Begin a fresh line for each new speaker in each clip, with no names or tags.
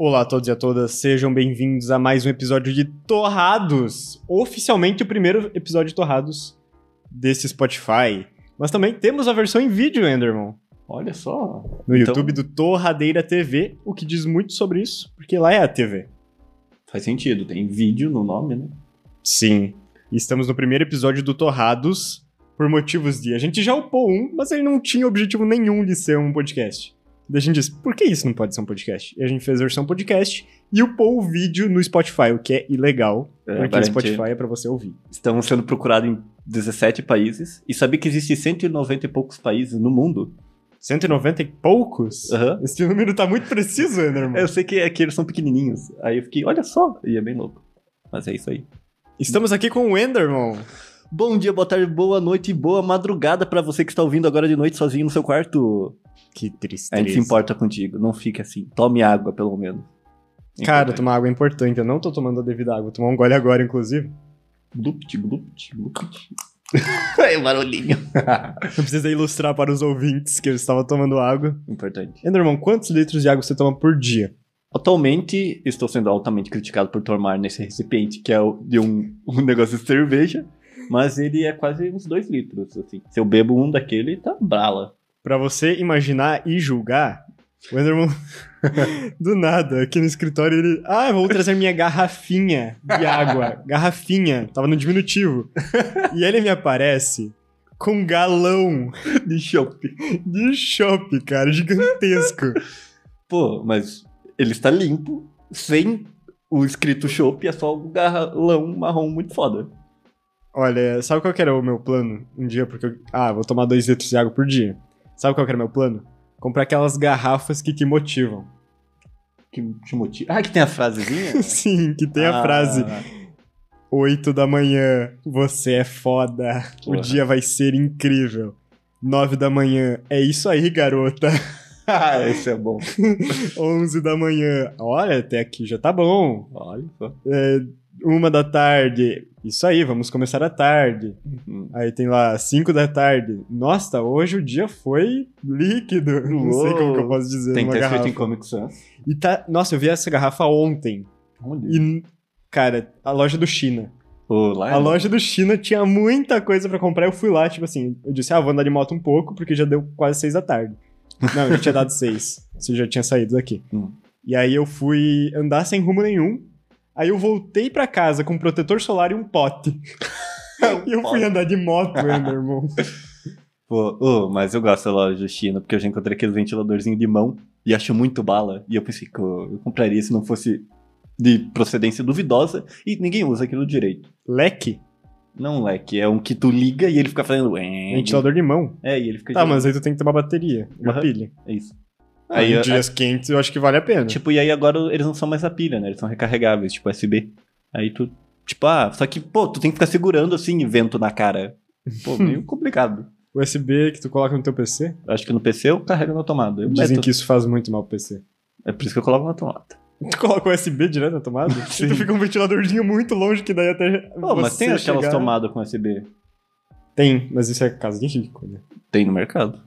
Olá a todos e a todas, sejam bem-vindos a mais um episódio de Torrados, oficialmente o primeiro episódio de Torrados desse Spotify. Mas também temos a versão em vídeo, Enderman,
Olha só.
no
Então-
YouTube do Torradeira TV, o que diz muito sobre isso, porque lá é a TV.
Faz sentido, tem vídeo no nome, né?
Sim. E Estamos no primeiro episódio do Torrados, por motivos de. A gente já upou um, mas ele não tinha objetivo nenhum de ser um podcast. Daí a gente disse, por que isso não pode ser um podcast? E a gente fez a versão podcast e upou o vídeo no Spotify, o que é ilegal,
É,
porque o
aparente.
Spotify é pra você ouvir.
Estamos sendo procurados em 17 países. E sabia que existe 190 e poucos países no mundo?
190 e poucos?
Aham.
Esse número tá muito preciso, Enderman.
Eu sei que é que eles são pequenininhos. Aí eu fiquei, olha só. E é bem louco. Mas é isso aí.
Estamos aqui com o Enderman.
Bom dia, boa tarde, boa noite e boa madrugada pra você que está ouvindo agora de noite sozinho no seu quarto.
Que
A
tristeza.
gente se importa contigo. Não fique assim. Tome água, pelo menos. né?
Cara, tomar água é importante. Eu não tô tomando a devida água. Vou tomar um gole agora, inclusive.
Glupt, glupt, glupt. é barulhinho.
Eu preciso ilustrar para os ouvintes que eu estava tomando água.
Importante.
Enderman, quantos litros de água você toma por dia?
Atualmente, estou sendo altamente criticado por tomar nesse recipiente, que é o- de um, um negócio de cerveja, mas ele é quase uns 2 litros, assim. Se eu bebo um daquele, tá brala.
Pra você imaginar e julgar, o Enderman, do nada, aqui no escritório, ele. Ah, eu vou trazer minha garrafinha de água. garrafinha. Tava no diminutivo. E ele me aparece com um galão
De chope.
de chopp, cara, gigantesco.
Pô, mas ele está limpo, sem o escrito chope, é só um garralão marrom muito foda.
Olha, sabe qual que era o meu plano um dia? Porque eu. Ah, vou tomar dois litros de água por dia. Sabe qual que era o meu plano? Comprar aquelas garrafas que te motivam.
Que te motiva. Ah, que tem a frasezinha?
Sim, que tem a
Ah,
frase. 8 da manhã, você é foda. O
Porra.
dia vai ser incrível. 9 da manhã, é isso aí, garota.
Ah, esse é bom.
11 da manhã, olha, até aqui já tá bom. É,
Olha só.
Uma da tarde, isso aí, vamos começar a tarde.
Hum.
Aí tem lá 5 da tarde. Nossa, hoje o dia foi líquido. Não sei como que eu posso dizer
Tem que
numa
estar escrito
garrafa.
em Comic Sans.
E tá, nossa, eu vi essa garrafa ontem.
Olha.
E cara, a loja do China.
Pô, lá é
A loja do China tinha muita coisa pra comprar. Eu fui lá, tipo assim, eu disse, ah, vou andar de moto um pouco, porque já deu quase seis da tarde. Não, já tinha dado seis. Você já tinha saído daqui.
Hum.
E aí eu fui andar sem rumo nenhum. Aí eu voltei pra casa com um protetor solar e um pote.
um
e eu fui andar de moto, né, irmão.
Pô, ô, mas eu gosto da loja do China, porque eu já encontrei aquele ventiladorzinho de mão e acho muito bala. E eu pensei que eu, eu compraria se não fosse de procedência duvidosa e ninguém usa aquilo direito.
Leque?
Não, leque, é um que tu liga e ele fica fazendo. "Ué".
Ventilador de mão.
É, e ele fica.
Tá, mas Ah, aí tu tem que ter uma bateria, uma
Aham.
pilha.
É isso.
Aí,
Aí,
em
eu- é.
dias quentes, eu acho que vale a pena.
Tipo, e aí agora eles não são mais a pilha, né? Eles são recarregáveis, tipo USB. Aí tu. Tipo, ah, só que, pô, tu tem que ficar segurando assim, vento na cara. Pô, meio complicado.
USB que tu coloca no teu PC.
Acho que no PC eu carrego na tomada. Eu
Dizem
meto-
que isso faz muito mal pro PC.
É por isso que eu coloco na tomada.
Tu coloca o USB direto na tomada?
Sim.
E tu fica um ventiladorzinho muito longe que daí até.
Pô, mas
você
tem aquelas
chegar-
tomadas com USB?
Tem, mas isso é casa de rico, né?
Tem no mercado.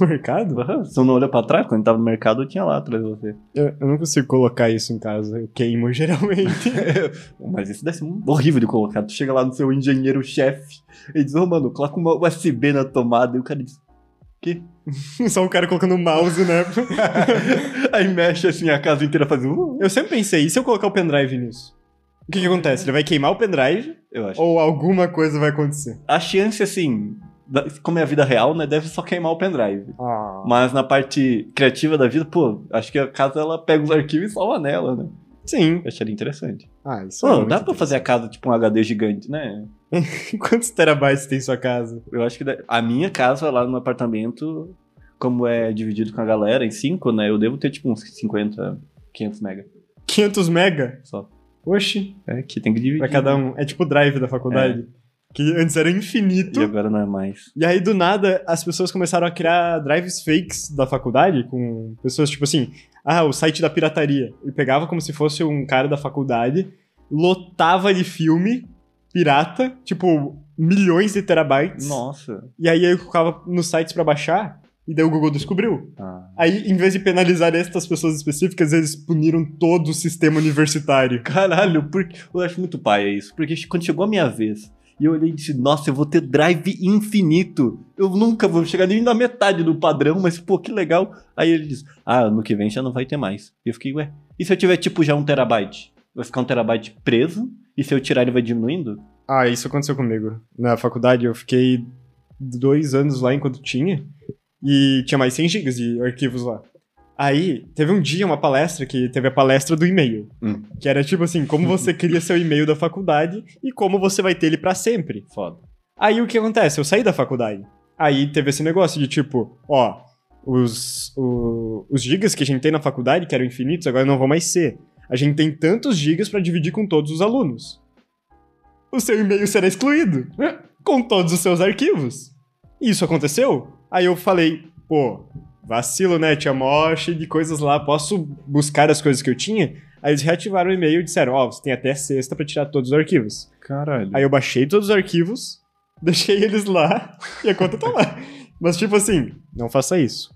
No mercado?
Aham, Se eu não olhar pra trás, quando tava no mercado, eu tinha lá atrás de você.
Eu, eu não consigo colocar isso em casa. Eu queimo geralmente.
Mas isso deve ser um- horrível de colocar. Tu chega lá no seu engenheiro-chefe e diz, ô mano, coloca uma USB na tomada. E o cara diz,
Só o cara colocando o mouse, né?
aí mexe assim a casa inteira faz um...
Eu sempre pensei, e se eu colocar o pendrive nisso? O que, que acontece? Ele vai queimar o pendrive
Eu acho.
ou alguma coisa vai acontecer?
A chance, assim, da- como é a vida real, né, deve só queimar o pendrive.
Ah.
Mas na parte criativa da vida, pô, acho que a casa ela pega os arquivos e salva nela, né?
Sim.
Eu acharia interessante.
Ah, isso é
Pô,
muito
dá pra
interessante.
fazer a casa tipo um HD gigante, né?
Quantos terabytes tem em sua casa?
Eu acho que da- a minha casa lá no apartamento, como é dividido com a galera em 5, né? Eu devo ter tipo uns 50, 500 mega
500 mega?
só.
Oxi,
É, que tem que dividir.
pra cada um. É tipo o drive da faculdade. Que antes era infinito.
E agora não é mais.
E aí, do nada, as pessoas começaram a criar drives fakes da faculdade, com pessoas tipo assim, ah, o site da pirataria. E pegava como se fosse um cara da faculdade, lotava de filme pirata, tipo, milhões de terabytes.
Nossa.
E aí eu colocava nos sites pra baixar, E daí o Google descobriu.
Ah.
Aí, em vez de penalizar estas pessoas específicas, eles puniram todo o sistema universitário.
Caralho, porque eu acho muito paia isso. Porque quando chegou a minha vez e eu olhei e disse, nossa, eu vou ter drive infinito. Eu nunca vou chegar nem na metade do padrão, mas pô, que legal. Aí ele diz, ah, ano que vem já não vai ter mais. E eu fiquei, ué, e se eu tiver tipo já um terabyte? Vai ficar um terabyte preso? E se eu tirar ele vai diminuindo?
Ah, isso aconteceu comigo. Na faculdade, eu fiquei dois anos lá enquanto tinha. E tinha mais 100 gigas de arquivos lá. Aí, teve um dia, uma palestra, que teve a palestra do e-mail.
Hum.
Que era tipo assim, como você cria seu e-mail da faculdade e como você vai ter ele pra sempre.
Foda.
Aí o que acontece? Eu saí da faculdade. Aí teve esse negócio de tipo, ó, os, o- os gigas que a gente tem na faculdade, que eram infinitos, agora não vão mais ser. A gente tem tantos gigas pra dividir com todos os alunos. O seu e-mail será excluído né? com todos os seus arquivos. Isso aconteceu? Aí eu falei, pô, vacilo, né? Tinha moche de coisas lá, posso buscar as coisas que eu tinha? Aí eles reativaram o e-mail e disseram, ó, você tem até sexta pra tirar todos os arquivos.
Caralho.
Aí eu baixei todos os arquivos, deixei eles lá e a conta tá lá. Mas tipo assim, não faça isso.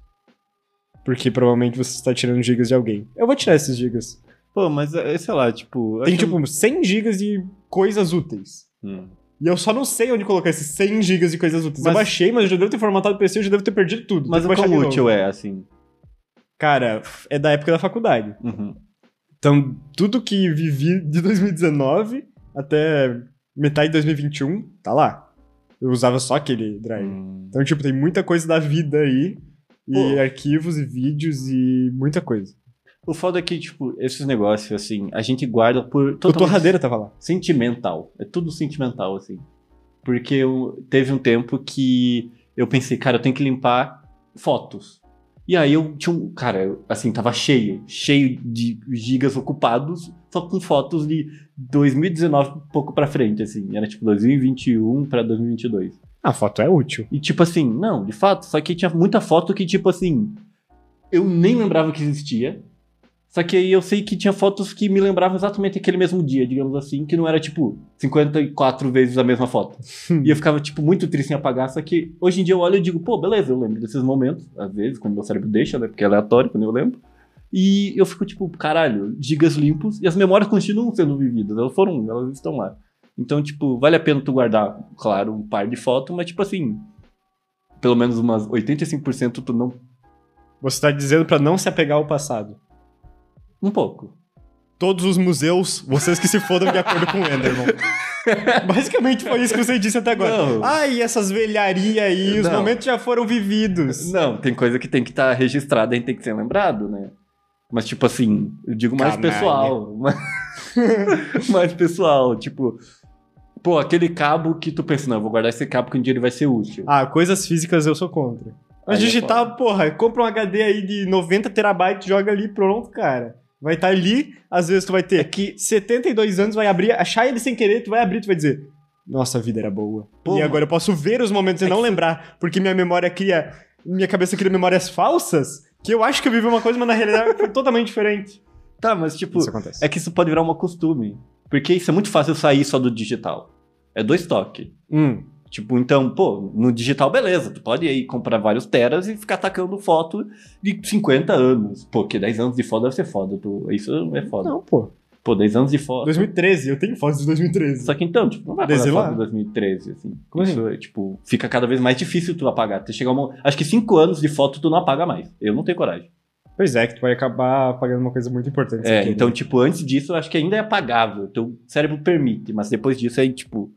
Porque provavelmente você está tirando gigas de alguém. Eu vou tirar esses gigas.
Pô, mas é, sei lá, tipo.
Tem
acho-
tipo 100 gigas de coisas úteis.
Hum.
E eu só não sei onde colocar esses 100 gigas de coisas úteis. Eu
Mas-
baixei, mas eu já devo ter formatado o PC, eu já devo ter perdido tudo.
Mas
Tem Tipo,
o
que baixar
quão
de novo.
útil é, assim.
Cara, é da época da faculdade.
Uhum.
Então, tudo que vivi de 2019 até metade de 2021, tá lá. Eu usava só aquele drive.
Hum.
Então, tipo, tem muita coisa da vida aí. E
Pô.
arquivos e vídeos e muita coisa.
O foda é que, tipo, esses negócios, assim, a gente guarda por.
O Torradeira tava lá.
sentimental. É tudo sentimental, assim. Porque eu, teve um tempo que eu pensei, cara, eu tenho que limpar fotos. E aí eu tinha um. Cara, eu, assim, tava cheio, cheio de gigas ocupados, só com fotos de 2019 um pouco pra frente, assim. Era tipo 2021 pra 2022.
A foto é útil.
E tipo assim, não, de fato, só que tinha muita foto que tipo assim, eu nem lembrava que existia. Só que aí eu sei que tinha fotos que me lembravam exatamente aquele mesmo dia, digamos assim, que não era tipo 54 vezes a mesma foto. e eu ficava tipo muito triste em apagar, só que hoje em dia eu olho e digo, pô, beleza, eu lembro desses momentos, às vezes, quando meu cérebro deixa, né, porque é aleatório quando eu lembro. E eu fico tipo, caralho, gigas limpos e as memórias continuam sendo vividas, elas foram, elas estão lá. Então, tipo, vale a pena tu guardar, claro, um par de fotos, mas tipo assim, pelo menos umas 85% tu não.
Você tá dizendo pra não se apegar ao passado.
Um pouco.
Todos os museus, vocês que se fodam de acordo com o Enderman. Basicamente foi isso que você disse até agora.
Não.
Ai, essas velharias aí, os
Não.
momentos já foram vividos.
Não, tem coisa que tem que estar registrada e tem que ser lembrado, né? Mas, tipo assim, eu digo mais
Canalha.
pessoal. mais- mais pessoal, tipo. Pô, aquele cabo que tu pensa, não, eu vou guardar esse cabo que um dia ele vai ser útil.
Ah, coisas físicas eu sou contra. Mas
Aí é
digital, porra, compra um HD aí de 90 terabytes, joga ali, pronto, cara. Vai estar ali, às vezes tu vai
É
ter que 72 anos, vai abrir, achar ele sem querer, tu vai abrir, tu vai dizer, nossa, a vida era boa.
Pô,
e agora eu posso ver os momentos
É
e não lembrar, porque minha memória cria, minha cabeça cria memórias falsas, que eu acho que eu vivi uma coisa, mas na realidade foi totalmente diferente.
Tá, mas tipo,
acontece.
é que isso pode virar um costume. Porque isso é muito fácil sair só do digital. É dois toques.
Hum,
Tipo, então, pô, no digital, beleza, tu pode aí comprar vários teras e ficar tacando foto de 50 anos. Pô, que 10 anos de foto deve ser foda, tu, isso é foda.
não, pô.
Pô, 10 anos de foto.
2013, eu tenho fotos de 2013.
Só que então, tipo, não vai apagar
Desilar.
foto de 2013, assim.
Como
isso, é, tipo, fica cada vez mais difícil tu apagar. Tu chega a uma, acho que 5 anos de foto tu não apaga mais. Eu não tenho coragem.
Pois é, que tu vai acabar pagando uma coisa muito importante.
É,
aqui, né?
então, tipo, antes disso, eu acho que ainda é apagável. Teu cérebro permite, mas depois disso aí, tipo,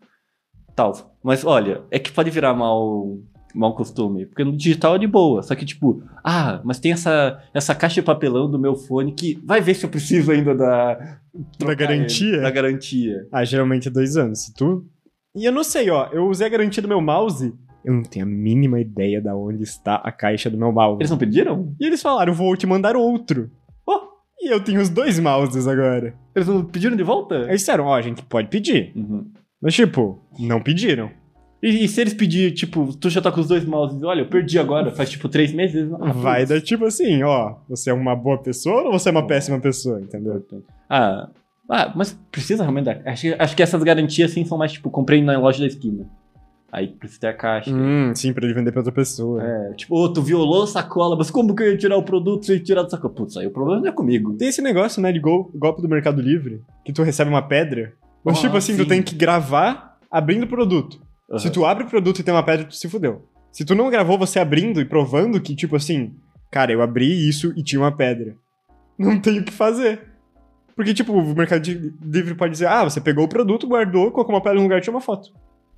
tal. Mas olha, é que pode virar mal, mal costume, porque no digital é de boa. Só que, tipo, ah, mas tem essa, essa caixa de papelão do meu fone que vai ver se eu preciso ainda da.
Da garantia?
Da garantia.
Ah, geralmente é dois anos. Se tu. E eu não sei, ó. Eu usei a garantia do meu mouse. Eu não tenho a mínima ideia da onde está a caixa do meu mouse.
Eles não pediram?
E eles falaram, vou te mandar outro.
Oh,
E eu tenho os dois mouses agora.
eles não pediram de volta?
Aí disseram, ó, a gente pode pedir.
Uhum.
Mas, tipo, não pediram.
E, e se eles pedirem, tipo, tu já tá com os dois mouses, olha, eu perdi agora, faz tipo três meses. Ah,
Vai
putz.
dar tipo assim, ó, você é uma boa pessoa ou você é uma
Não.
péssima pessoa, entendeu?
Ah, ah, mas precisa realmente dar. Acho, que- acho que essas garantias, assim, são mais tipo, comprei na loja da esquina. Aí precisa ter a caixa.
Hum, sim, pra ele vender pra outra pessoa.
É, tipo, ô, tu violou a sacola, mas como que eu ia tirar o produto se eu ia tirar da sacola? Putz, aí o problema não é comigo.
Tem esse negócio, né, de gol- golpe do Mercado Livre, que tu recebe uma pedra. Mas,
Ah,
tipo assim, tu
sim.
tem que gravar abrindo o produto. Se
Aham.
tu abre o produto e tem uma pedra, tu se fudeu. Se tu não gravou você abrindo e provando que, tipo assim, cara, eu abri isso e tinha uma pedra. Não tem o que fazer. Porque, tipo, o Mercado Di- Livre pode dizer, ah, você pegou o produto, guardou, colocou uma pedra no lugar e tirou uma foto.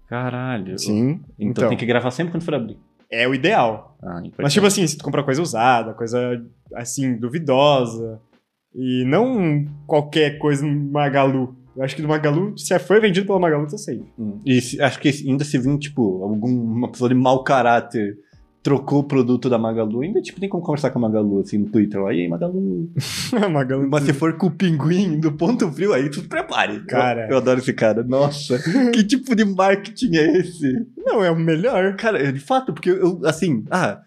Caralho.
Sim.
Então,
Então,
tem que gravar sempre quando for abrir.
é o ideal.
Ah,
Mas, tipo assim, se tu comprar coisa usada, coisa, assim, duvidosa, e não qualquer coisa no Magalu. Eu acho que do Magalu, se é, foi vendido pela Magalu, tá safe.
Hum. E se- acho que ainda se vir, tipo, alguma pessoa de mau caráter trocou o produto da Magalu, ainda, tipo, tem como conversar com a Magalu, assim, no Twitter. ó, E aí, Magalu?
Magalu.
Mas se for com o pinguim do ponto frio, aí tu prepare.
Cara.
Eu, eu adoro esse cara. Nossa, que tipo de marketing é esse?
Não, é o melhor.
Cara, eu- de fato, porque eu, assim, ah,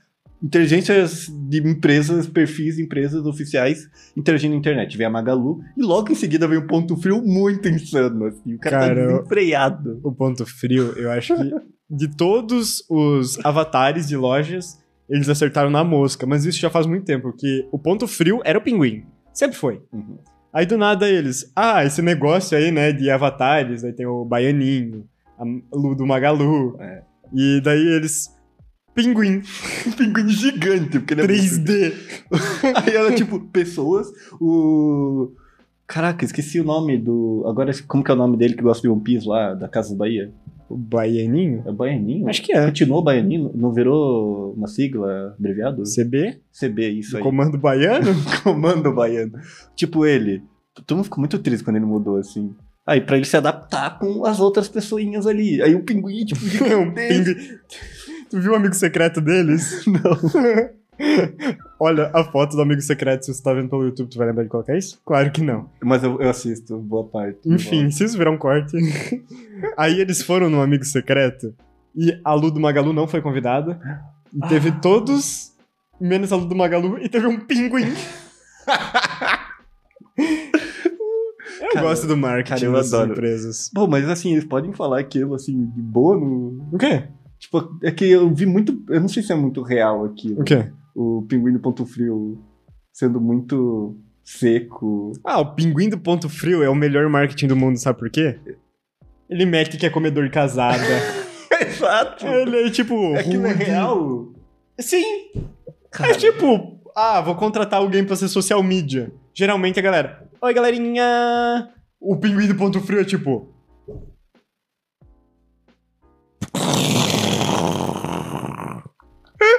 inteligências de empresas, perfis, de empresas oficiais interagindo na internet. Vem a Magalu e logo em seguida vem o ponto frio muito insano, assim. O cara,
Cara,
tá
eu-
desenfreado.
O ponto frio, eu acho que de todos os avatares de lojas, eles acertaram na mosca. Mas isso já faz muito tempo, que o ponto frio era o pinguim. Sempre foi.
Uhum.
Aí do nada eles, ah, esse negócio aí, né, de avatares, aí tem o Baianinho, a Lu do Magalu.
É.
E daí eles. Pinguim
um Pinguim gigante, porque ele é
3D.
Aí era tipo, pessoas, o. Caraca, esqueci o nome do. Agora, como que é o nome dele que gosta de One Piece lá, da Casa do Bahia?
O Baianinho?
É Baianinho?
Acho que é.
Continuou Baianinho? Não virou uma sigla abreviado?
CB?
CB, isso
Do
aí.
Comando Baiano?
Comando Baiano. Tipo, ele. Todo mundo ficou muito triste quando ele mudou, assim. Aí, pra ele se adaptar com as outras pessoinhas ali. Aí o pinguim, tipo,
É um
gigantesco.
pinguim. Tu viu o amigo secreto deles? Não. Olha a foto do amigo secreto, se você tá vendo pelo YouTube, tu vai lembrar de colocar isso? Claro que não.
Mas eu, eu assisto, boa parte.
Enfim, se isso virar um corte. Aí eles foram no Amigo Secreto e a Lu do Magalu não foi convidada. E teve
Ah.
todos, menos a Lu do Magalu, e teve um pinguim. eu
Cara,
gosto do marketing
cara, eu
das
adoro.
empresas.
Bom, mas assim, eles podem falar aquilo, assim, de boa no,
O quê?
Tipo, é que eu vi muito. Eu não sei se é muito real aqui.
O quê?
O pinguim do ponto frio sendo muito seco.
Ah, o pinguim do ponto frio é o melhor marketing do mundo, sabe por quê? Ele mete que é comedor casada.
Exato!
Ele é tipo.
É que não é
rude.
real.
Sim,
Cara,
É tipo, ah, vou contratar alguém pra ser social media. Geralmente a galera, oi galerinha. O pinguim do ponto frio é tipo.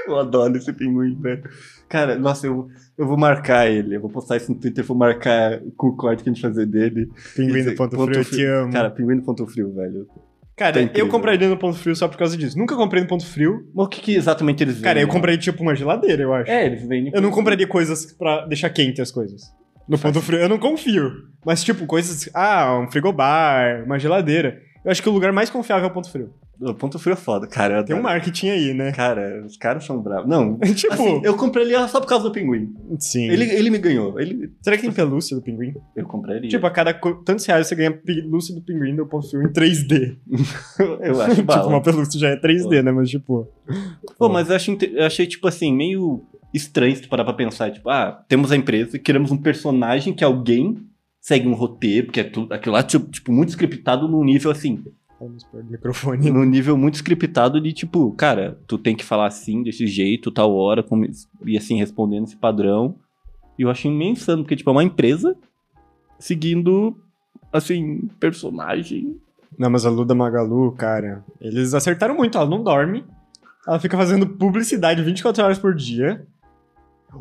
eu adoro esse pinguim, né? Cara, nossa, eu, eu vou marcar ele. Eu vou postar isso no Twitter, vou marcar com o corte que a gente fazer dele.
Pinguim
Isso
do
aí,
ponto, frio, eu te amo. Cara,
Cara, pinguim do ponto frio, velho. tá
eu
incrível.
compraria no ponto frio só por causa disso. Nunca comprei no ponto frio.
Mas o que, que exatamente eles
Cara, eu
vendem?
comprei tipo uma geladeira, eu acho.
É, eles vendem.
Eu não compraria coisas pra deixar quente as coisas. No ponto frio, eu não confio. Mas tipo, coisas. Ah, um frigobar, uma geladeira. Eu acho que o lugar mais confiável é o ponto frio.
O ponto frio é foda, cara. eu
Tem um
adoro.
marketing aí, né?
Cara, os caras são bravos. Não,
tipo,
assim, eu comprei ele só por causa do pinguim.
sim.
Ele, ele me ganhou. Ele,
Será que tem pelúcia do pinguim?
eu compraria.
Tipo, a cada co- tantos reais você ganha pelúcia do pinguim do Ponto Frio em 3D.
eu acho
tipo, uma
bala.
pelúcia já é 3D, né? Mas, tipo.
Pô, mas eu, acho, inte- eu achei, tipo assim, meio estranho se tu parar pra pensar. Tipo, ah, temos a empresa, queremos um personagem que alguém segue um roteiro, porque é tudo, aquilo lá, tipo, tipo, muito scriptado num nível assim.
Vamos perto do microfone.
Num nível muito scriptado de, tipo, cara, tu tem que falar assim, desse jeito, tal hora, como, es- e assim, respondendo esse padrão. E eu achei meio insano, porque, tipo, é uma empresa seguindo, assim, personagem.
Não, mas a Luda Magalu, cara, eles acertaram muito. Ela não dorme. Ela fica fazendo publicidade 24 horas por dia.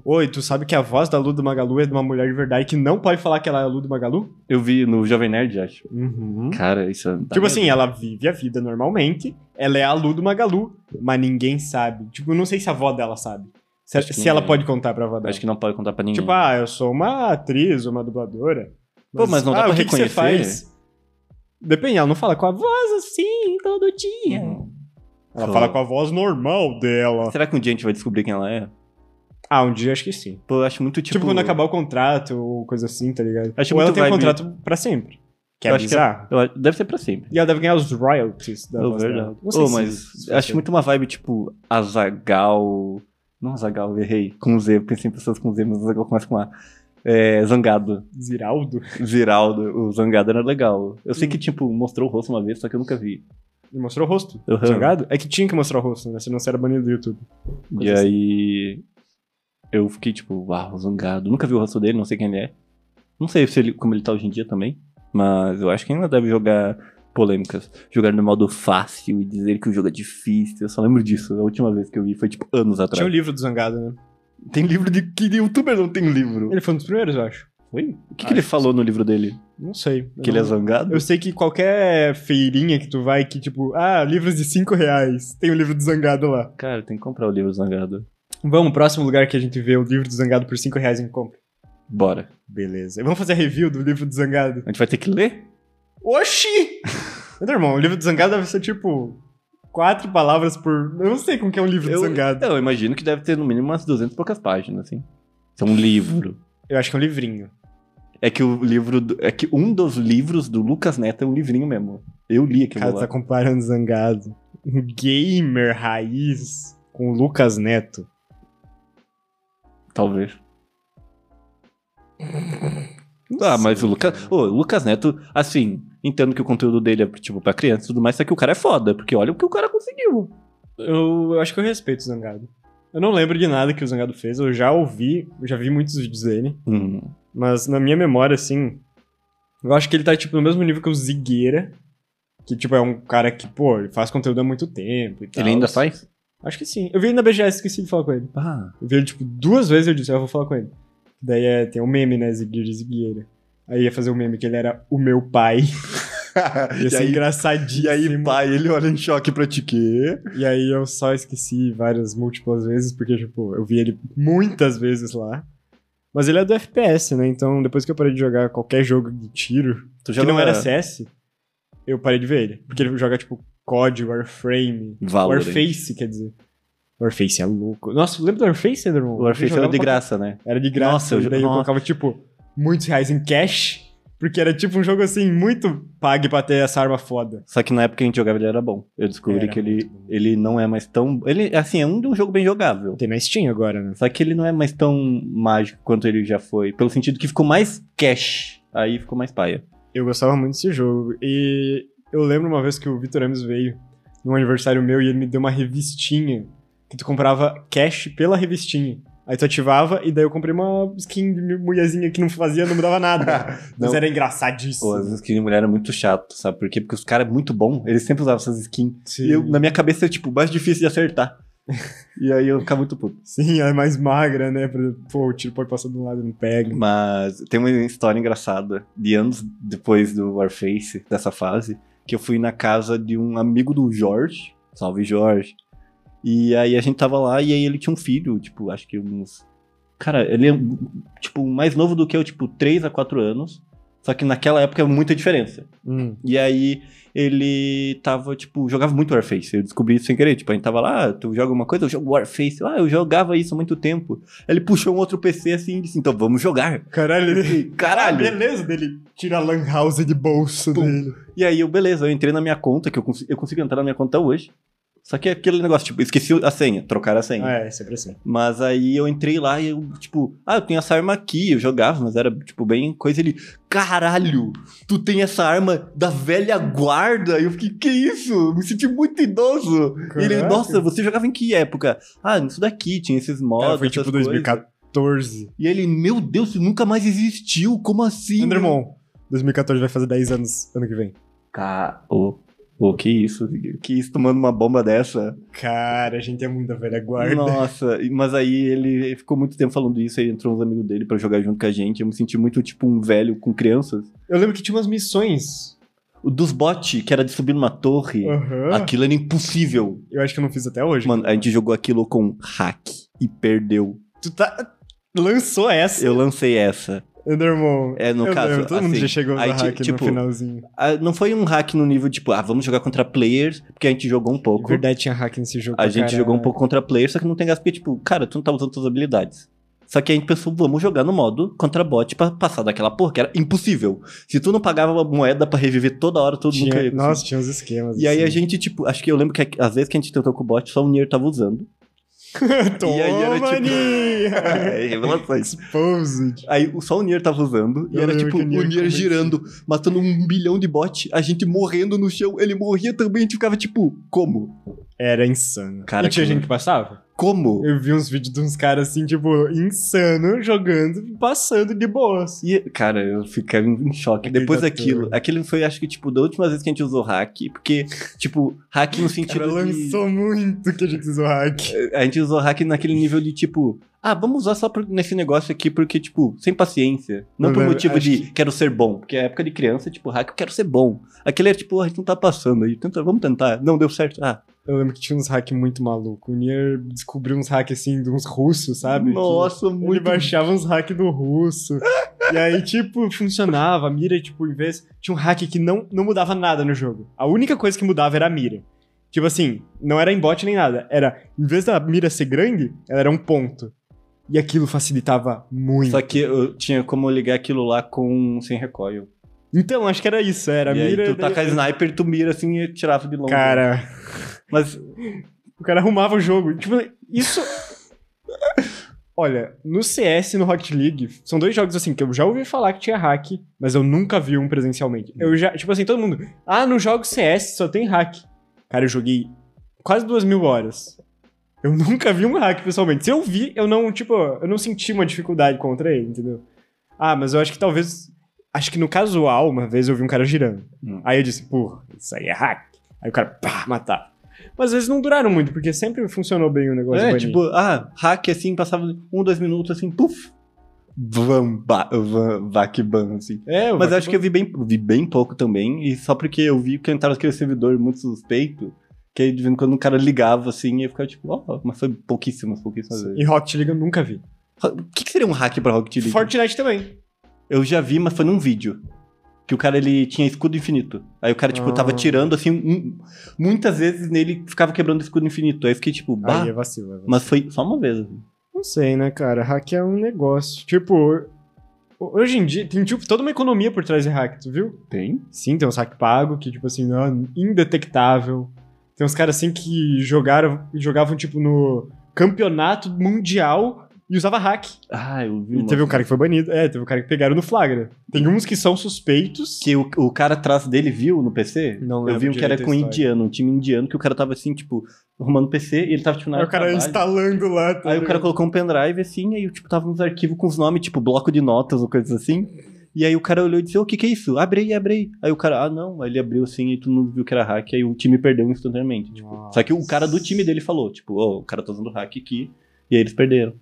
Oi, tu sabe que a voz da Luda Magalu é de uma mulher de verdade que não pode falar que ela é a Luda Magalu?
Eu vi no Jovem Nerd, acho.
Uhum.
Cara, isso é.
Tipo assim, ela vive a vida normalmente, ela é a Lu do Magalu, mas ninguém sabe. Tipo, eu não sei se a avó dela sabe. Se,
Acho que
se ela
ninguém.
pode contar pra avó dela.
Acho que não pode contar pra ninguém.
Tipo, ah, eu sou uma atriz, uma dubladora.
Pô, mas não dá
ah,
pra
o que que você
reconhecer?
faz? Depende, ela não fala com a voz assim todo dia.
Uhum.
Ela
Só-
fala com a voz normal dela.
Será que um dia a gente vai descobrir quem ela é?
Ah, um dia acho que sim.
Pô, eu acho muito tipo.
Tipo, quando acabar o contrato ou coisa assim, tá ligado?
Acho
ou
muito
ela tem um
vibe-
contrato pra sempre. Que
Eu
é
acho que é-
bizarro.
Eu acho- deve ser pra sempre.
E ela deve ganhar os royalties da
É
voz dela.
verdade.
Não sei
Ô,
se-
mas
se
acho
você-
muito uma vibe tipo Azagal. Não Azagal, eu errei. Com Z, porque sempre pessoas com Z, mas Azagal começa com A. É, Zangado.
Ziraldo?
Ziraldo, o Zangado era legal. Eu
Hum.
sei que, tipo, mostrou o rosto uma vez, só que eu nunca vi.
Ele mostrou o rosto.
Uhum.
Jogado? É que tinha que mostrar o rosto, né? Senão você era banido do YouTube.
E aí. Eu fiquei tipo, uau, Zangado. Nunca vi o rosto dele, não sei quem ele é. Não sei se ele, como ele tá hoje em dia também. Mas eu acho que ainda deve jogar polêmicas. Jogar no modo fácil e dizer que o jogo é difícil. Eu só lembro disso. A última vez que eu vi foi, tipo, anos atrás.
Tinha o livro do Zangado, né?
Tem livro de que youtuber não tem livro? Ah,
Ele foi um dos primeiros, eu acho.
Foi? O que, que
Acho
ele falou no livro dele?
Não sei.
Que
Eu
ele é
não-
zangado?
Eu sei que qualquer feirinha que tu vai, que tipo, ah, livros de 5 reais, tem o livro do Zangado lá.
Cara, tem que comprar o livro zangado.
Vamos, próximo lugar que a gente vê o livro do Zangado por 5 reais em compra.
Bora.
Beleza. Vamos fazer a review do livro do Zangado.
A gente vai ter que ler?
Oxi! Meu irmão, o livro do Zangado deve ser tipo. Quatro palavras por. Eu não sei como que é um livro do Zangado.
Não, eu imagino que deve ter no mínimo umas 200 e poucas páginas, assim. Isso é um livro.
Eu acho que é um livrinho.
É que o livro. do- É que um dos livros do Lucas Neto é um livrinho mesmo. Eu li aquilo
Cara,
lá.
tá comparando Zangado. Um gamer raiz com o Lucas Neto.
Talvez. Ah, mas o Lucas. Ô, o Lucas Neto, assim, entendo que o conteúdo dele é, tipo, pra criança e tudo mais, só que o cara é foda, porque olha o que o cara conseguiu.
Eu, eu acho que eu respeito o Zangado. Eu não lembro de nada que o Zangado fez. Eu já ouvi, eu já vi muitos vídeos dele.
Hum.
Mas na minha memória, assim. Eu acho que ele tá, tipo, no mesmo nível que o Zigueira. Que, tipo, é um cara que, pô, ele faz conteúdo há muito tempo e tal.
Ele ainda faz?
Acho que sim. Eu vi ele na BGS, esqueci de falar com ele.
Ah.
Eu vi ele, tipo, duas vezes eu disse, ah, eu vou falar com ele. Daí é, tem um meme, né, Zigueira, Zigueira. Aí ia fazer um meme que ele era o meu pai. Ia ser engraçadinho.
E aí, pai, ele olha em choque pra ti quê?
E aí eu só esqueci várias múltiplas vezes, porque, tipo, eu vi ele muitas vezes lá. Mas ele é do FPS, né? Então, depois que eu parei de jogar qualquer jogo de tiro,
Tu
que não era CS, eu parei de ver ele. Porque ele joga, tipo, COD, Warframe,
Valor.
Warface, quer dizer. Warface é louco. Nossa, lembra do Warface, Anderson?
O Warface era de graça, né?
Era de graça.
Nossa, eu
e
jo-
daí eu
nossa.
colocava, tipo, muitos reais em cash. Porque era, tipo, um jogo, assim, muito pague pra ter essa arma foda.
Só que na época que a gente jogava ele era bom. Eu descobri
Era
que ele,
muito bom.
ele não é mais tão. Ele, assim, é um, um jogo bem jogável.
Tem na Steam agora, né?
Só que ele não é mais tão mágico quanto ele já foi. Pelo sentido que ficou mais cash. Aí ficou mais paia.
Eu gostava muito desse jogo. E eu lembro uma vez que o Vitor Ames veio num aniversário meu e ele me deu uma revistinha. Que tu comprava cash pela revistinha. Aí tu ativava e daí eu comprei uma skin de mulherzinha que não fazia, não mudava nada. Mas
Não.
era engraçadíssimo.
Pô, as skins de mulher era muito chato, sabe? Por quê? Porque os caras é muito bom, eles sempre usavam essas skins.
Sim.
E eu, na minha cabeça é, tipo, mais difícil de acertar. e aí eu ficava muito puto.
Sim, ela é mais magra, né? Pra- Pô, o tiro pode passar de um lado e não pega.
Mas tem uma história engraçada de anos depois do Warface, dessa fase, que eu fui na casa de um amigo do Jorge. Salve, Jorge. E aí a gente tava lá e aí ele tinha um filho, tipo, acho que uns. Cara, ele é, tipo, mais novo do que eu, tipo, 3 a 4 anos. Só que naquela época é muita diferença.
Hum.
E aí ele tava, tipo, jogava muito Warface. Eu descobri isso sem querer. Tipo, a gente tava lá, ah, tu joga uma coisa, eu jogo Warface. Eu, Ah, eu jogava isso há muito tempo. Aí Ele puxou um outro PC assim e disse, então vamos jogar.
Caralho,
Eu
ele... Ah,
falei, Caralho!
beleza dele tira a lan house de bolso
Pum.
dele.
E aí eu, beleza, eu entrei na minha conta, que eu consigo, eu consigo entrar na minha conta hoje. Só que é aquele negócio, tipo, esqueci a senha, trocar a senha.
Ah, é, sempre assim.
Mas aí eu entrei lá e eu, tipo, ah, eu tenho essa arma aqui, eu jogava, mas era, tipo, bem coisa. Ele, caralho, tu tem essa arma da velha guarda? E eu fiquei, que isso? Me senti muito idoso. E ele,
Caraca.
nossa, você jogava em que época? Ah, isso daqui, tinha esses mods.
Cara, foi
essas
tipo
coisas."
2014.
E ele, meu Deus, isso nunca mais existiu, como assim?
Andermon, 2014 vai fazer 10 anos ano que vem.
Ca... Ô, ô, que isso? Que isso tomando uma bomba dessa?
Cara, a gente é muita velha guarda.
Nossa, e- mas aí ele ficou muito tempo falando isso, aí entrou uns amigos dele pra jogar junto com a gente. Eu me senti muito tipo um velho com crianças.
Eu lembro que tinha umas missões.
O dos bot, que era de subir numa torre,
Aham.
aquilo era impossível.
Eu acho que eu não fiz até hoje.
Mano, a gente jogou aquilo com hack e perdeu.
Tu tá... Lançou essa,
Eu lancei essa.
Andermon.
É, no
eu
caso,
lembro, todo mundo
assim,
já chegou
aí
no
ti-
hack
tipo,
no finalzinho.
Ah, Não foi um hack no nível tipo, ah, vamos jogar contra players, porque a gente jogou um pouco.
verdade, tinha hack nesse jogo.
um A gente jogou um pouco contra player, só que não tem graça, porque, tipo, cara, tu não tá usando tuas habilidades. Só que a gente pensou, vamos jogar no modo contra bot pra passar daquela porra, que era impossível. Se tu não pagava uma moeda pra reviver toda hora, todo mundo
Tinha,
caía. com isso.
nossa, tinha uns esquemas.
assim. E aí a
assim.
gente, tipo, acho que eu lembro que a- às vezes que a gente tentou com o bot, só o Nier tava usando.
Toma,
e aí era tipo- É.
Nia!
revelações.
Exposed.
Aí o- só o Nier tava usando, e
Eu
era
lembro
tipo
que
o
o Nier
Nier,
ficava assim.
girando, matando um bilhão de bot, a gente morrendo no chão, ele morria também, a gente ficava tipo, como?
Era insano.
Cara,
e tinha
que-
gente que passava?
Como?
Eu vi uns vídeos de uns caras assim, tipo, insano, jogando, passando de boas.
E, cara, eu ficava em em choque.
Aquele
Depois
da
daquilo,
turma.
aquele foi, acho que, tipo, da última vez que a gente usou hack, porque, tipo, hack no
O cara
sentido de...
lançou muito que a gente usou hack.
A gente usou hack naquele nível de, tipo, ah, vamos usar só pro- nesse negócio aqui, porque, tipo, sem paciência. Não
Eu
por
lembro,
motivo
Uhum, acho
de
que-
quero ser bom, porque a época de criança, tipo, hack, eu quero ser bom. Aquele era, tipo, a gente não tá passando aí, tenta, vamos tentar. Não, deu certo. Ah,
Eu lembro que tinha uns hacks muito maluco. O Nier descobriu uns hacks assim, de uns russos, sabe? Que
nossa,
Ele
muito...
baixava uns hacks do russo. e aí, tipo, funcionava. A mira, tipo, em vez. Tinha um hack que não, não mudava nada no jogo. A única coisa que mudava era a mira. Tipo assim, não era em bot nem nada. Era, em vez da mira ser grande, ela era um ponto. E aquilo facilitava muito.
Só que eu tinha como ligar aquilo lá com sem recoil.
Então, acho que era isso. Era a
e
mira.
aí, tu tá taca
daí-
sniper, tu mira assim e tirava de longe.
Cara,
né?" Mas
O cara arrumava o jogo. Tipo, isso. Olha, no CS e no Rocket League, são dois jogos assim que eu já ouvi falar que tinha hack, mas eu nunca vi um presencialmente.
Hum.
Eu já, tipo assim, todo mundo, ah, no jogo CS só tem hack. Cara, eu joguei quase duas mil horas. Eu nunca vi um hack pessoalmente. Se eu vi, eu não, tipo, eu não senti uma dificuldade contra ele, entendeu? Ah, mas eu acho que talvez. Acho que no casual, uma vez eu vi um cara girando.
Hum.
Aí eu disse, porra, isso aí é hack. Aí o cara, pá, matava. Mas às vezes não duraram muito, porque sempre funcionou bem o negócio.
É,
banir.
tipo, ah, hack assim, passava um, dois minutos assim, puf. Vam, ba, vam, vac, bam, assim.
É, o
Mas
Vac-
eu acho que eu vi bem, vi bem pouco também, e só porque eu vi que entraram aquele servidor muito suspeito, que aí de vez em quando um cara ligava assim, e eu ficava tipo, ó, mas foi pouquíssimas, pouquíssimas vezes.
E Rocket League eu nunca vi.
O que, que seria um hack pra Rocket League?
Fortnite também.
Eu já vi, mas foi num vídeo. Que o cara, ele tinha escudo infinito. Aí o cara, tipo, tava
Ah.
tirando, assim, um- muitas vezes nele ficava quebrando escudo infinito. Aí eu fiquei, tipo, bah.
Aí é vacilo, é vacilo.
Mas foi só uma vez. assim.
Não sei, né, cara? Hack é um negócio. Tipo, ho- hoje em dia tem tipo, toda uma economia por trás de hack, tu viu?
Tem?
Sim, tem uns hack pago que, tipo assim, não, indetectável. Tem uns caras assim que jogaram, jogavam, tipo, no campeonato mundial e usava hack.
Ah, eu vi.
E
uma-
teve um cara que foi banido. É, teve um cara que pegaram no flagra. Tem uns que são suspeitos.
Que o, o cara atrás dele viu no PC?
Não
Eu
lembro
vi um que era
direito a
com um
história.
indiano, um time indiano, que o cara tava assim, tipo, arrumando PC e ele tava, tipo, na
Aí o cara
trabalho.
instalando lá. tá
Aí o cara
ligado?
colocou um pendrive assim, aí, tipo, tava nos arquivos com os nomes, tipo, bloco de notas ou coisas assim. E aí o cara olhou e disse, o que que é isso? Abre aí, abre aí. Aí o cara, ah, não. Aí ele abriu assim e tu não viu que era hack, aí o time perdeu instantaneamente. tipo.
Nossa.
Só que o cara do time dele falou, tipo, ó, o cara tá usando hack aqui. E aí eles perderam.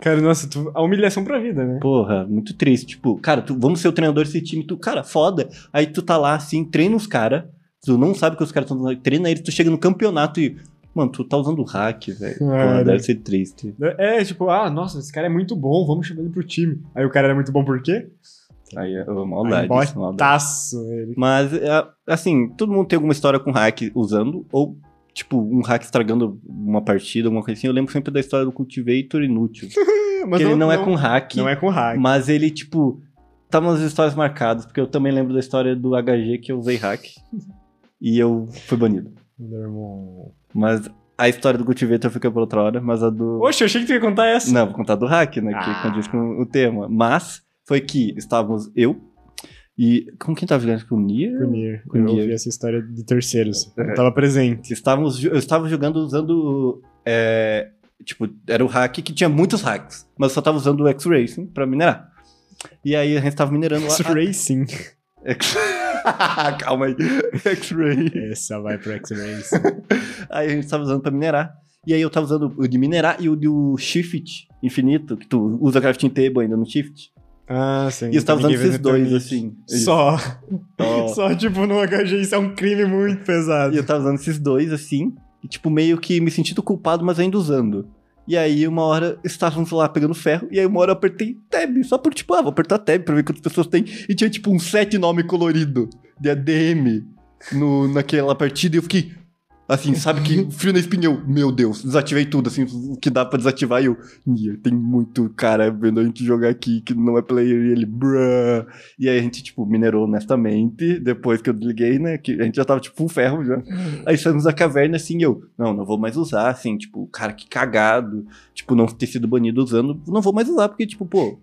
Cara, nossa, tu... a humilhação pra vida, né?
Porra, muito triste. Tipo, cara, tu, vamos ser o treinador desse time. Tu, cara, foda. Aí tu tá lá assim, treina os caras. Tu não sabe que os caras estão usando. Treina eles, tu chega no campeonato e. Mano, tu tá usando hack, velho. Porra,
Cara.
deve ser triste.
É, tipo, ah, nossa, esse cara é muito bom, vamos chamar ele pro time. Aí o cara era muito bom por quê?
Aí é ô,
Aí,
maldade, isso, maldade.
botaço ele.
Mas, é, assim, todo mundo tem alguma história com hack usando, ou, tipo, um hack estragando uma partida, alguma coisa assim. Eu lembro sempre da história do Cultivator Inútil. que
É, Mas
ele não, é com hack,
Não é com hack.
mas ele, tipo, tá nas histórias marcadas, porque eu também lembro da história do HG que eu usei hack. e eu fui banido.
Meu irmão.
Mas a história do Cultivator fica pra outra hora, mas a do.
Oxe, eu achei que tu ia contar essa.
Não, vou contar do hack, né? Que
Ah.
condiz com o tema. Mas foi que estávamos eu e. Com quem tava jogando? Com o Nier?
Com o Nier.
Com
Eu
Nier.
ouvi essa história de terceiros.
É.
Eu tava presente.
Estávamos, ju- eu estava jogando usando. é, tipo, era o hack que tinha muitos hacks, mas eu só estava usando o X-Racing pra minerar. E aí a gente estava minerando lá.
X-Racing.
X- Calma aí. X-Ray.
Essa vai pro X-Racing.
Aí a gente estava usando pra minerar. E aí eu estava usando o de minerar e o do Shift infinito, que tu usa crafting table ainda no Shift.
ah, sim.
E eu estava usando
Ninguém vê
esses
no teu
dois,
nicho.
assim.
Só.
Ó.
Só, tipo, no HG isso é um crime muito pesado.
E eu tava usando esses dois, assim, e tipo, meio que me sentindo culpado, mas ainda usando. E aí, uma hora, estávamos lá pegando ferro, e aí uma hora eu apertei tab, só por tipo, ah, vou apertar tab pra ver quantas pessoas tem. E tinha tipo um sete nome colorido de ADM no, naquela partida, e eu fiquei, Assim, sabe que frio na espinha, eu, meu Deus, desativei tudo, assim, o que dá pra desativar, e eu, "Ih, tem muito cara vendo a gente jogar aqui que não é player, e ele, bruh. E aí a gente, tipo, minerou honestamente, depois que eu desliguei, né, que a gente já tava, tipo, full ferro já. Aí saímos da caverna, assim, e eu, não, não vou mais usar, assim, tipo, cara, que cagado, tipo, não ter sido banido usando, não vou mais usar, porque, tipo, pô,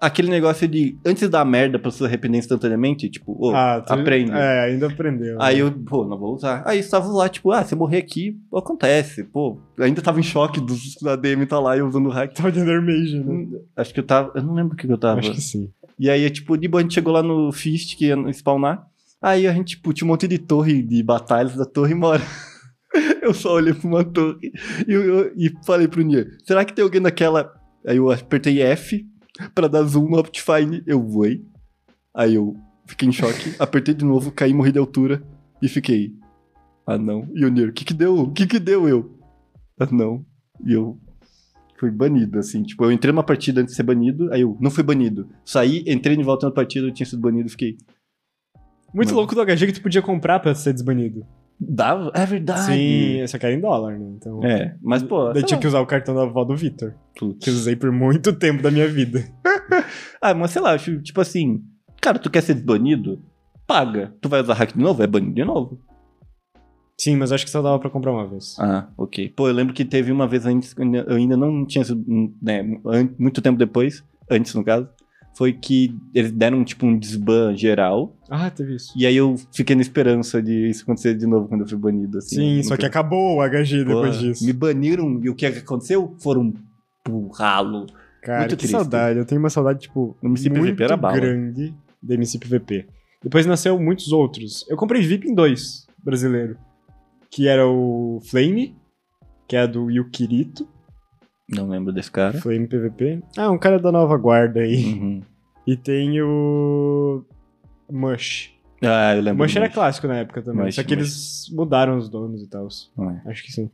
aquele negócio de, antes da merda pra se arrepender instantaneamente, tipo, ô,
Ah, tu-
aprende.
É, ainda aprendeu.
Aí eu, pô, não vou usar. Aí estava lá, tipo, ah, se eu morrer aqui, acontece. Pô, ainda tava em choque dos da DM tá lá e eu usando o hack.
Tava de Undermage, né?
Acho que eu tava. Eu não lembro o que que eu tava.
Acho que sim.
E aí, é tipo, de boa, a gente chegou lá no Fist, que ia spawnar. Aí a gente, tipo, tinha um monte de torre, de batalhas da torre e mora. Eu só olhei pra uma torre e, eu- e falei pro Nier, será que tem alguém naquela... Aí eu apertei F pra dar zoom no Optifine, eu voei. Aí eu fiquei em choque, apertei de novo, caí, morri de altura e fiquei... Ah, não. E o Nier, o que que deu? O que que deu? Eu... Ah, não. E eu fui banido, assim. Tipo, eu entrei numa partida antes de ser banido, aí eu não fui banido. Saí, entrei de volta na partida, eu tinha sido banido, fiquei.
Muito
Mano.
louco do HG que tu podia comprar pra ser desbanido.
Dava? É verdade.
Sim, só que era em dólar, né? Então.
É, mas pô.
Daí
sei
tinha
lá.
que usar o cartão da avó do Vitor,
Putz.
que eu usei por muito tempo da minha vida.
Ah, mas sei lá, acho, tipo assim. Cara, tu quer ser banido? Paga. Tu vai usar hack de novo? É banido de novo.
Sim, mas acho que só dava pra comprar uma vez.
Ah, ok. Pô, eu lembro que teve uma vez antes, que eu ainda- eu ainda não tinha sido, né, an- muito tempo depois, antes no caso, foi que eles deram tipo um desban geral,
Ah, teve isso.
E aí eu fiquei na esperança de isso acontecer de novo quando eu fui banido. Assim,
Sim,
Não
só que
teve-
acabou o HG depois
Pô,
disso.
Me baniram e o que aconteceu? Foram pro ralo.
Cara,
muito
que
triste.
saudade. Eu tenho uma saudade, tipo,
O MC PVP
muito
era bala.
grande da MC PVP. Depois nasceu muitos outros. Eu comprei VIP em dois, brasileiro. Que era o Flame, que é do Yukirito.
Não lembro desse cara.
Flame PVP. Ah, um cara da nova guarda aí.
Uhum.
E tem o. Mush.
Ah, eu lembro.
Mush
do
era
Mush.
clássico na época também.
Mush,
só que
Mush.
eles mudaram os donos e tal.
Não é.
Acho que sim.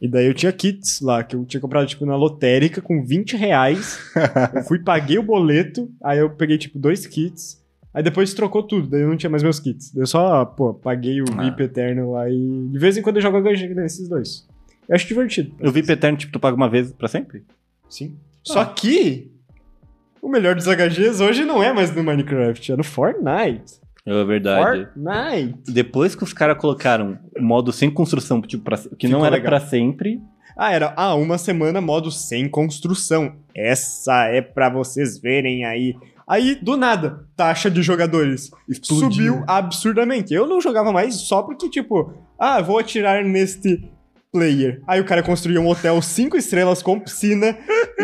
E daí eu tinha kits lá, que eu tinha comprado, tipo, na lotérica com 20 reais. eu fui, paguei o boleto, aí eu peguei, tipo, dois kits. Aí depois trocou tudo, daí eu não tinha mais meus kits. Daí eu só, pô, paguei o
Ah.
VIP Eterno lá e... De vez em quando eu jogo HG nesses dois. Eu acho divertido.
Eu vi Eterno, tipo, tu paga uma vez pra sempre?
Sim. Ah.
Só
que... O melhor dos HGs hoje não é mais no Minecraft, é no Fortnite.
É verdade.
Fortnite!
Depois que os caras colocaram o modo sem construção, tipo, pra- que
Ficou
não era
legal.
pra sempre.
Ah, era. Ah, uma semana modo sem construção. Essa é pra vocês verem aí. Aí, do nada, taxa de jogadores subiu absurdamente. Eu não jogava mais só porque, tipo, ah, vou atirar neste player. Aí o cara construiu um hotel cinco estrelas com piscina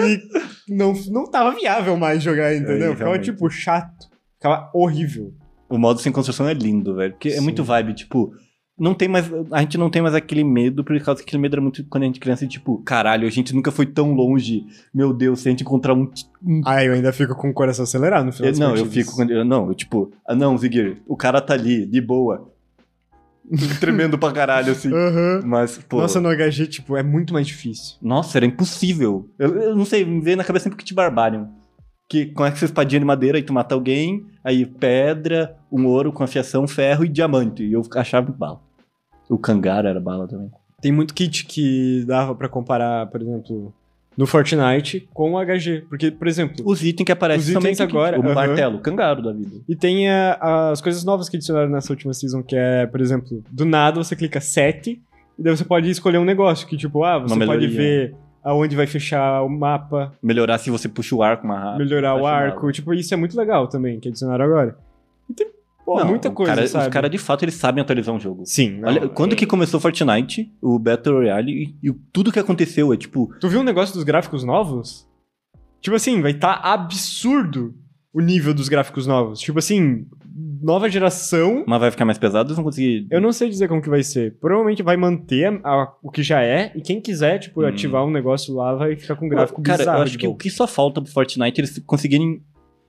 e não, não tava viável mais jogar, entendeu?
Aí,
Ficava,
realmente.
tipo, chato. Ficava horrível.
O modo sem construção é lindo, velho. Porque é
Sim.
muito vibe, tipo. Não tem mais. A gente não tem mais aquele medo, por causa que aquele medo era muito quando a gente criança, e tipo, caralho, a gente nunca foi tão longe. Meu Deus, se a gente encontrar um. ti- um-
Aí eu ainda fico com o coração acelerado no final
Eu-
das
não, eu
partidas.
fico quando. eu- Não, eu, tipo, ah não, Zigger, o cara tá ali, de boa. Tremendo pra caralho, assim.
Aham.
Mas, pô.
Nossa,
Nossa,
no HG, tipo, é muito mais difícil.
era impossível. Eu, eu não sei, me veio na cabeça sempre que te barbariam. Que com essa espadinha de madeira, aí tu mata alguém, aí pedra, um ouro com afiação, ferro e diamante. E eu achava bala. O Kangara era bala também.
Tem muito kit que dava pra comparar, por exemplo, no Fortnite com o HG. Porque, por exemplo,
Os itens que aparecem
Os itens
somente aqui,
agora,
tipo, O
aham.
martelo, o Cangaro da vida.
e tem eh, as coisas novas que adicionaram nessa última season, que é, por exemplo, do nada você clica 7 e daí você pode escolher um negócio, que tipo, ah, você
Uma
pode
melhoria.
ver aonde vai fechar o mapa,
Melhorar se você puxa Ah, o arco mais rápido.
melhorar o
acho
arco.
nada.
Tipo, isso é muito legal também, que adicionaram agora. E tem, pô,
Não,
muita
o
coisa,
cara-
sabe?
Os caras, de fato, eles sabem atualizar um jogo.
Sim. não,
Olha, quando que começou Fortnite, o Battle Royale, e, e tudo que aconteceu é tipo...
Tu viu um negócio dos gráficos novos? Tipo assim, vai estar absurdo o nível dos gráficos novos. Tipo assim, nova geração.
Mas vai ficar mais pesado, eles vão conseguir...
Eu não sei dizer como que vai ser. Provavelmente vai manter a- a- o que já é. E quem quiser, tipo,
Hum.
ativar um negócio lá, vai ficar com um gráfico
Cara,
bizarro.
eu acho
de
que o
novo.
que só falta pro Fortnite é eles conseguirem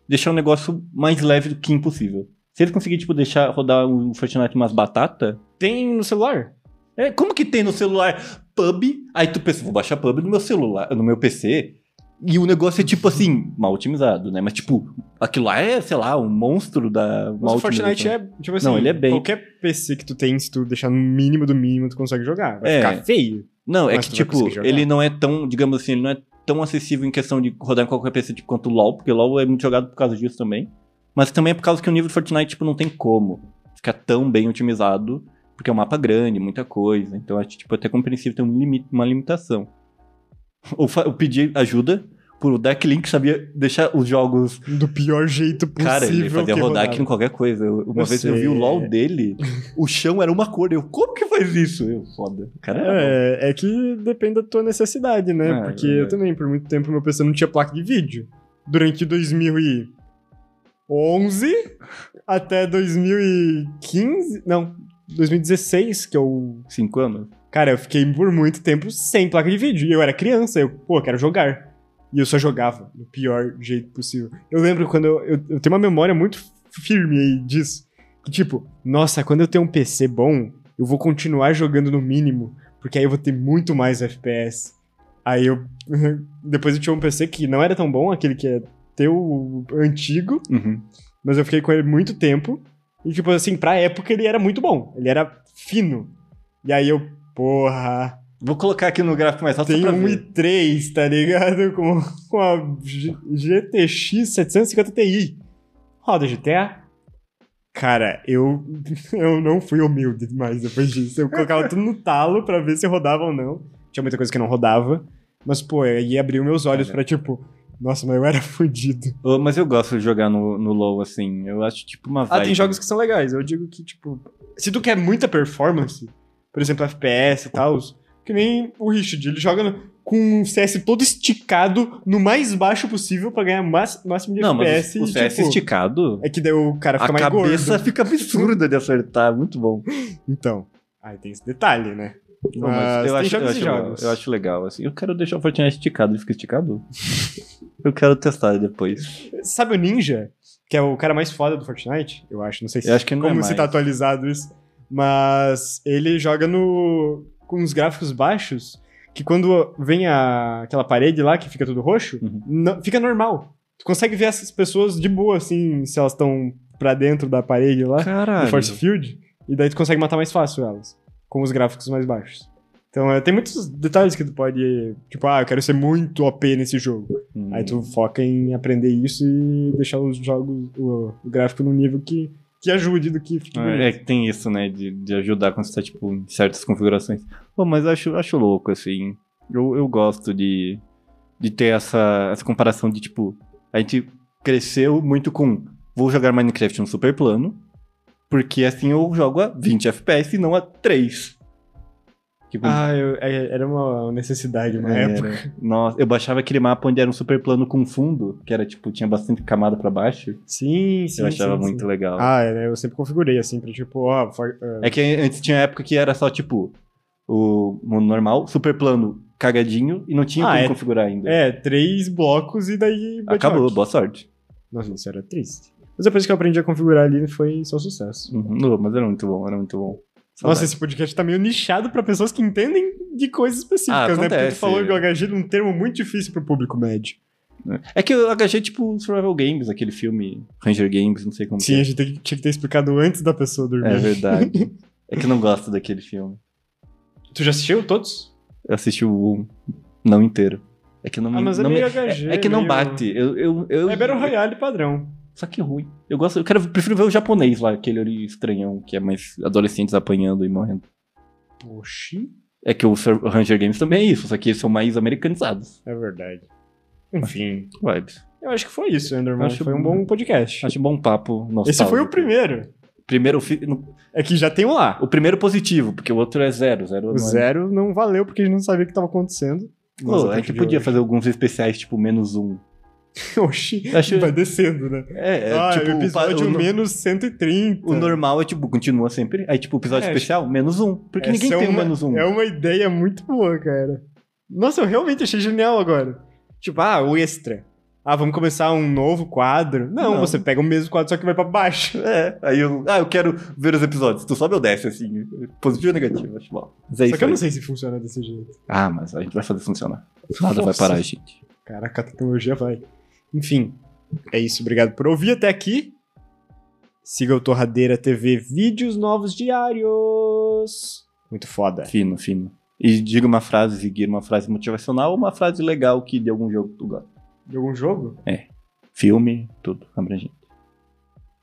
deixar o negócio mais leve do que impossível. Se eles conseguirem, tipo, deixar rodar o Fortnite umas batata...
tem no celular.
É, como que tem no celular pub? Aí tu pensa, vou baixar pub no meu celular, no meu PC... E o negócio é tipo assim, mal otimizado, né? Mas tipo, aquilo lá é, sei lá, um monstro da
Mas
mal
o Fortnite
otimização.
é, tipo assim,
Não, ele é bem-
qualquer PC que tu tem, se tu deixar no mínimo do mínimo, tu consegue jogar. Vai
É.
ficar feio.
Não, é
Mas tu
que
vai
tipo,
conseguir jogar.
ele não é tão, digamos assim, ele não é tão acessível em questão de rodar em qualquer PC tipo, quanto o LoL, porque o LoL é muito jogado por causa disso também. Mas também é por causa que o nível do Fortnite, tipo, não tem como ficar tão bem otimizado, porque é um mapa grande, muita coisa. Então acho, tipo, até compreensível ter um limite, uma limitação. Ou fa- eu pedi ajuda por o Deck Link sabia deixar os jogos.
Do pior jeito possível.
Cara, ele fazia
que
rodar
rodava.
aqui em qualquer coisa. Eu- uma
Eu
vez eu vi o
sei,
LoL
é.
dele, o chão era uma cor. Eu, como que faz isso? Eu, foda. O Cara, era bom.
É, é que depende da tua necessidade, né?
É,
Porque
verdade.
eu também, por muito tempo, meu PC não tinha placa de vídeo. Durante 2011 até 2015. Não, 2016, que é eu.
cinco anos.
Cara, eu fiquei por muito tempo sem placa de vídeo. E eu era criança, eu, pô, quero jogar. E eu só jogava do pior jeito possível. Eu lembro quando eu, eu, eu tenho uma memória muito firme aí disso. Que tipo, nossa, quando eu tenho um PC bom, eu vou continuar jogando no mínimo, porque aí eu vou ter muito mais FPS. Aí eu. Depois eu tinha um PC que não era tão bom, aquele que é teu antigo,
Uhum.
mas eu fiquei com ele muito tempo. E, tipo assim, pra época ele era muito bom. Ele era fino. E aí eu, porra,
Vou colocar aqui no gráfico mais alto
tem
só pra
um
ver.
i3, tá ligado? Com, com a G- GTX 750 Ti. Roda GTA. Cara, eu, eu não fui humilde mais depois disso. Eu colocava tudo no talo pra ver se rodava ou não. Tinha muita coisa que não rodava. Mas, pô, aí abriu meus olhos pra, tipo, nossa, mas eu era fudido.
Ô, Mas eu gosto de jogar no, no low, assim. Eu acho tipo uma
Ah,
vibe.
tem jogos que são legais. Eu digo que, tipo, se tu quer muita performance, por exemplo, FPS e tal, que nem o Richard, ele joga no- com o CS todo esticado no mais baixo possível pra ganhar max- máximo de
Não, mas
FPS.
o
e,
CS
tipo,
esticado,
É que daí o cara fica
a
mais
cabeça
gordo.
fica absurda de acertar. Muito bom.
Então, aí tem esse detalhe, né? Mas,
Não, mas
tem
eu, acho, eu,
jogos e
acho,
jogos.
eu acho legal, assim. Eu quero deixar o Fortnite esticado. Ele fica esticado? eu quero testar depois.
Sabe o Ninja, que é o cara mais foda do Fortnite? Eu acho, não sei se
Eu acho que não é
como se
mais.
tá atualizado isso. Mas ele joga no com uns gráficos baixos, que quando vem a, aquela parede lá que fica tudo roxo,
Uhum.
não- fica normal. Tu consegue ver essas pessoas de boa, assim, se elas estão pra dentro da parede lá,
Caralho.
no force field, e daí tu consegue matar mais fácil elas, com os gráficos mais baixos. Então, é, tem muitos detalhes que tu pode, tipo, ah, eu quero ser muito OP nesse jogo.
Hum.
Aí tu foca em aprender isso e deixar os jogos, o, o gráfico num nível que, que ajude do que fique
Ah,
bonito.
É que tem isso, né? De, de ajudar quando você tá, tipo, em certas configurações. Pô, mas eu acho, acho louco, assim. Eu, eu gosto de, de ter essa, essa comparação de, tipo, a gente cresceu muito com vou jogar Minecraft no super plano, porque assim eu jogo a 20 FPS e não a 3. Tipo, é,
Ah, é, eu- é- era uma necessidade na
era.
época.
Nossa, eu baixava aquele mapa onde era um super plano com fundo, que era, tipo, tinha bastante camada pra baixo.
Sim, sim.
eu achava
sim,
muito
sim.
legal.
Ah, é, eu sempre configurei assim, pra tipo, ó, for- ah,
É que antes tinha época que era só, tipo, o mundo normal, super plano, cagadinho, e não tinha
Ah,
como
é.
configurar ainda.
é, três blocos e daí.
Acabou,
bedrock.
boa sorte.
Nossa, isso era triste. Mas depois que eu aprendi a configurar ali, foi só sucesso.
Uhum, não, mas era muito bom, era muito bom.
Nossa,
Saudade.
esse podcast tá meio nichado pra pessoas que entendem de coisas
Ah,
específicas, né? Porque tu
acontece.
falou que o HG é um termo muito difícil pro público médio.
É que eu agachei, tipo, Survival Games, aquele filme, Ranger Games, não sei como
Sim,
que
a gente tem que- tinha que ter explicado antes da pessoa
é.
dormir.
É verdade. é que eu não gosto daquele filme.
Tu já assistiu todos?
Eu assisti o um, não inteiro. É que não me...
Ah, mas é
não me-
meio HG.
é que não
meio-
bate. Eu, eu, eu,
É Battle Royale padrão.
Só que é ruim. Eu gosto, eu quero, prefiro ver o japonês lá, aquele ali estranhão, que é mais adolescentes apanhando e morrendo.
Poxa.
É que o Sur- Ranger Games também é isso, só que eles são mais americanizados.
É verdade. Enfim,
Vibes.
eu acho que foi isso, Enderman.
Acho-
Foi um bom podcast.
Acho um bom papo.
Esse
nostálgico.
foi o primeiro.
Primeiro fi- no-
É que já tem um lá.
o primeiro positivo, porque o outro é zero. zero não
O
é-
zero não valeu porque a gente não sabia o que tava acontecendo.
Pô,
Nossa,
a
até
gente
que
é podia
hoje.
fazer alguns especiais, tipo, menos um.
Oxi,
Acho-
vai descendo, né?
É, é
ah,
tipo,
o
o pa-
episódio
o, no-
menos 130.
o normal é tipo, continua sempre. Aí, tipo, episódio
É,
especial, menos um. Porque ninguém
Essa é
tem um
uma-
menos um.
É uma ideia muito boa, cara. Nossa, eu realmente achei genial agora. Tipo, ah, o extra. Ah, vamos começar um novo quadro. Não,
Não.
você pega o mesmo quadro, só que vai pra baixo.
É, aí eu. Ah, eu quero ver os episódios. Tu sobe ou desce, assim. Positivo ou negativo, acho bom. Mas é
só
isso.
que eu
aí.
não sei se funciona desse jeito.
Ah, mas a gente vai fazer funcionar. Nada vai
Nossa.
parar, gente.
Caraca, a tecnologia vai. Enfim, é isso. Obrigado por ouvir até aqui. Siga o Torradeira TV, vídeos novos diários. Muito foda.
É. Fino, fino. E diga uma frase, seguir uma frase motivacional ou uma frase legal que de algum jogo que tu gosta.
De algum jogo?
Filme, tudo, abrangente.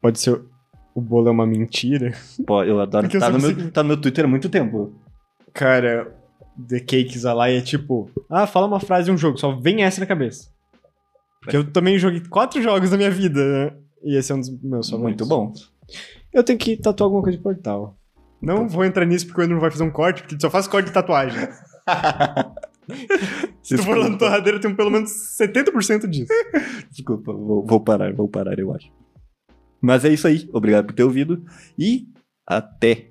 Pode ser o- o bolo é uma mentira.
Pô, eu adoro.
Porque eu assim. só
Tá no,
consigo-
meu, tá no meu Twitter há muito tempo.
Cara, The Cakes Alive é tipo, ah, fala uma frase de um jogo, só vem essa na cabeça. Porque eu também joguei quatro jogos na minha vida, né? E esse é um dos meus
muito
favoritos.
bom.
Eu tenho que tatuar alguma coisa de portal.
Tá.
Não vou entrar nisso porque o Andrew vai fazer um corte, porque ele só faz corte de tatuagem. Se tu for lá no
Desculpa,
torradeiro, tem pelo menos 70% disso.
desculpa vou, vou parar, vou parar, eu acho. Mas é isso aí. Obrigado por ter ouvido e até.